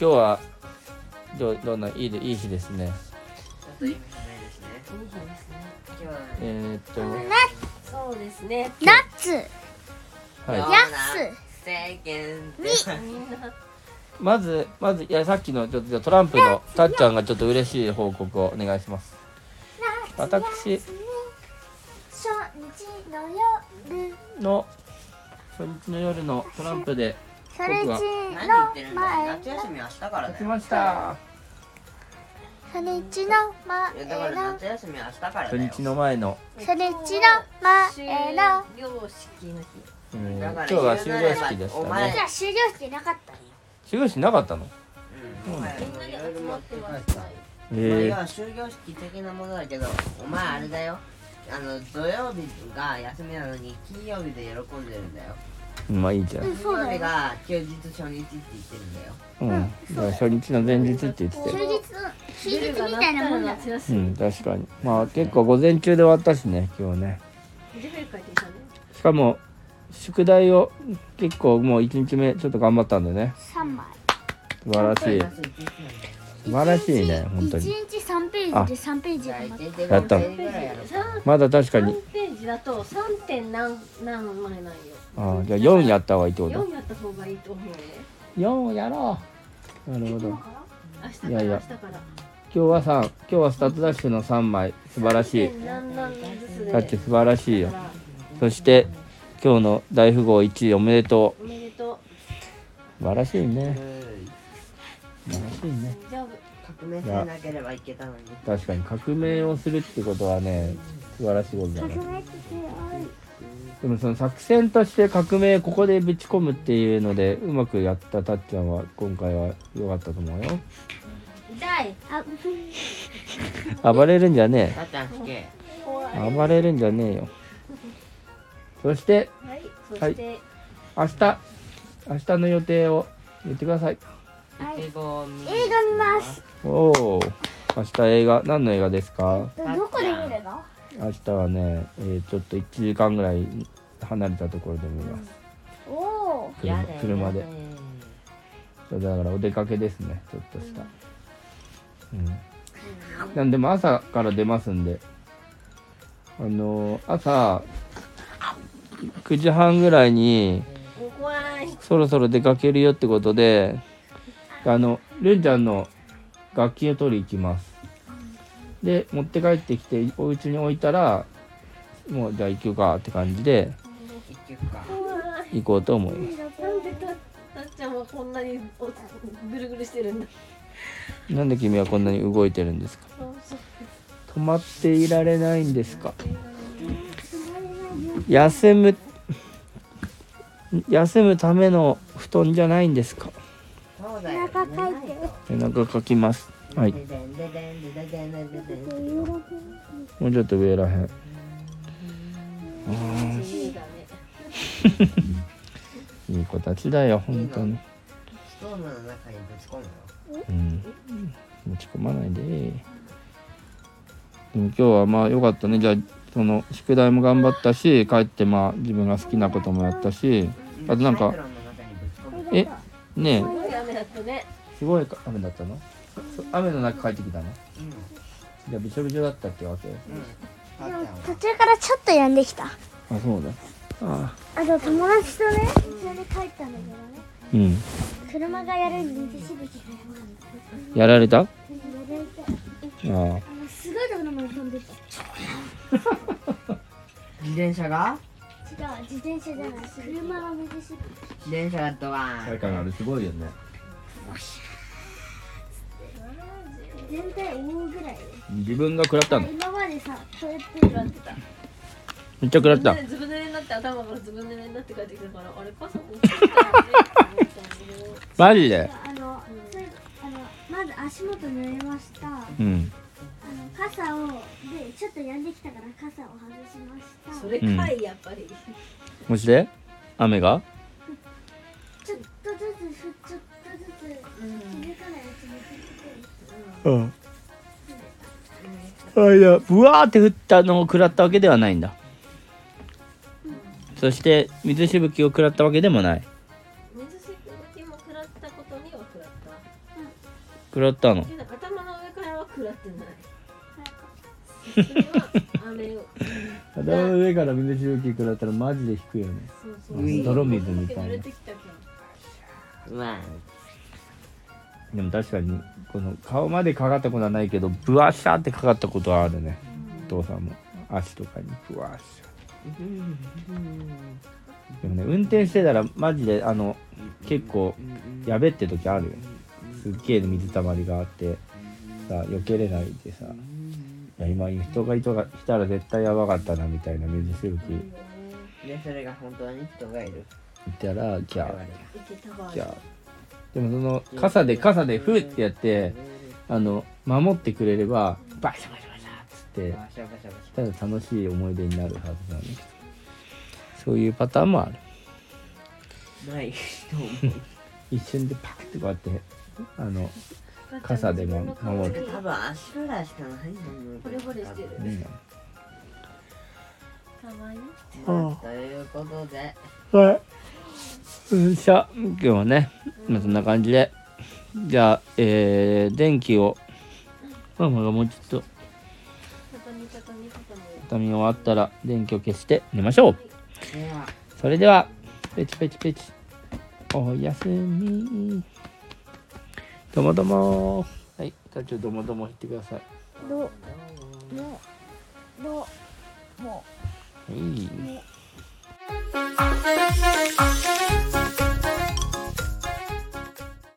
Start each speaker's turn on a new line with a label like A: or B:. A: 今日はどうどんないいでいい日ですね。
B: いいですね。
C: いい日ですね。
B: 今日はね
A: えー、っと
C: そうですね。
D: ナッツ
A: は
D: や
B: 世間で
A: いまずまずいやさっきのちょっとじゃあトランプのたっちゃんがちょっと嬉しい報告をお願いします。私
D: 初日の夜
A: の初日の夜のトランプで
D: 初日の
B: 何言ってるんだよ
D: 前
B: 夏休み明日から
A: 勝
B: だ
A: ち
B: よ
A: ました。
D: 初日の
B: いや
D: 前
B: だから
D: の
B: 夏休み明日から
A: 初
B: だよ
A: 日の前の、
D: 初日の前の
C: 終了式の日。
A: うん
B: だ
A: 今
B: から
A: 日は終了式でし
B: お
A: た
B: 前
A: ね。
D: じゃあ終了してなかったの
A: 終了式なかったの？
B: うんお前
C: みんなで集まってはない。
B: まあ要
A: え
B: は終業式的なものだけどお前あれだよあの土曜日が休みなのに金曜日で喜んでるんだよ
A: えまあいいじゃん。
D: うん
B: 金
D: そう
B: 曜
D: だよ
B: 日が休日初日って言ってるんだよ
A: うん。だから初日の前日って言ってた
D: 終
A: よ。
D: 日の終日みたいなもんだ
C: 夏休
A: う
C: み。
A: ん確かに。まあ結構午前中で終わったしね今日ね。
C: レベル書いてきたね。
A: しかも宿題を結構もう1日目ちょっと頑張ったんでね
D: 三枚
A: 素晴らしい
B: 一日
A: 素晴らしいね本当
D: 一
A: に
D: 日三ページで三ページが
B: なんだ
D: ま
B: よ
A: やったの
B: 一日で五ページぐらいやろう
C: 三
A: まだ確か
C: 三
A: に
C: ページだと三点何何枚なんよ。
A: ああじゃあ4や
C: っ
A: った方がいいってこと
C: 四やった方がいいと思うね。
A: 4やろうなるほど今
C: 明日か
A: いや
C: ら
A: いや
C: 明日から。
A: 日はさ今日はスタートダッシュの3枚素晴らしい
C: 3.7ずつで
A: だって素晴らしいよ
C: だから
A: そして今日の大富豪1位おめでと
C: おめでと
A: う素晴らしいね
B: うん
A: 素晴らしいね
C: う。じゃあ
B: 革命さえなければいけたのに
A: 確かに革命をするってことはね素晴らしいことだねでもその作戦として革命ここでぶち込むっていうのでうまくやったたっちゃんは今回は良かったと思うよ
C: 痛い。
D: あ
A: 暴れるんじゃね
B: たっちゃん好きう
A: え暴れるんじゃねえよそして
C: はい。そして
A: 明日明日の予定を言ってください
D: はい
B: ちごを見に
D: 映画見ます
A: おお明日映画何の映画ですか
D: どこで見るの
A: 明日はね、えーちょっと1時間ぐらい離れたところで見ます
D: おお
A: 車
B: やだよ
A: 車で
B: やだよ
A: そうだからお出かけですねちょっとしたうん、なんでも朝から出ますんであのー朝9時半ぐらいに
C: お怖い。
A: そろそろ出かけるよってことであのるんちゃんの楽器を取り行きますで持って帰ってきてお家に置いたらもうじゃあ行くかって感じで
B: 一曲か
C: 怖い。
A: 行こうと思います
C: なんでたたっちゃんはこんなにおぐるぐるしてるんだ。
A: なんで君はこんなに動いてるんですか止まっていられないんですか休む休むための布団じゃないんですか
B: そうだよ
D: お腹かいてる
A: 背中かきますはい
B: ででんででんでででんでででん
A: もうちょっと上らへん
C: 自由だね。
A: いい子たちだよ本当に
B: ストームの中にぶち込むよ
A: うん持ち込まないででも今日はまあ良かったねじゃあその宿題も頑張ったし帰ってまあ自分が好きなこともやったしあとなん
B: サ
A: か
B: イクロンの中にぶち込むよ
A: えね
C: すごい雨だったね。
A: えすごい雨だったのそ雨の中帰ってきたの
B: うん
A: じゃあびしょびしょだったってわけ
B: うんたっちゃんは
D: 途中からちょっとやんできた
A: あそうだあ
D: あと友達とね一緒に帰ったんだけどね
A: うん
D: 車がやる水しぶきがやばかった
A: やられたあ
D: やられてあ
A: あ
D: のすごいところまで飛んでった
B: 自転車が
D: 違う自転車じゃない車の水しぶき
B: 自転車がドワーン
A: かにあれすごいよね
D: 全体覆うぐらい
A: 自分が食らったの
D: 今までさそうやってやってた
A: めっちゃ食らった
C: ねずぶ濡れになって頭からずぶ濡れになって帰ってきたから、あれパソコン落ちてたよねって思ったの。
A: マジで
D: あのそれあのまず足元濡れましたあの
A: うん
D: 傘をでちょっとやんできたから傘を外しました
C: それかいやっぱり。
A: もしで雨が
D: ちょっとずつふちょっとずつ気づかないうちに
A: うんあいやぶわーって降ったのを食らったわけではないんだそして水しぶきを食らったわけでもない
C: 水しぶきも食らったことには食らった。
A: 食らったの
C: けど頭の上からは食らってないそれは雨を
A: 頭の上から水しぶき食らったらマジで引くよね
C: そうそう
B: うん
A: 泥水みたいな
C: 濡れてきたけど
B: まあ
A: でも確かにこの顔までかかったことはないけどブワシャーってかかったことはあるねお父さんも足とかにブワシ
B: うん
A: ャーでもね運転してたらマジであの結構やべって時あるよすっげえ水たまりがあってさ避けれないでさいや今人がいたがいたら絶対やばかったなみたいな水しぶき
C: うん
A: い
B: でそれが本当に人がいる
A: たらキャ
B: 我々
A: ー
C: いけたわ
A: キャーでもその傘で傘でフーってやってあの守ってくれればバシャバシャバシャっつって
B: バシャバシャバシ
A: ただ楽しい思い出になるはずなのでそういうパターンもある
B: ャないと思う
A: 一瞬でパッてこうやってあの傘でも守る
B: 多分足裏しかないと思う
C: 惚れ惚れしてる
A: うん
C: かわいい
B: まあということで
A: はいうんしゃ今日はね、まあ、そんな感じでじゃあえー、電気をママがもうちょっと
C: 畳畳畳
A: 畳み終わったら電気を消して寝ましょう
B: では
A: それではペチペチペチおやすみどもどもはい課長どもども言ってください
D: どもども
A: はい
D: も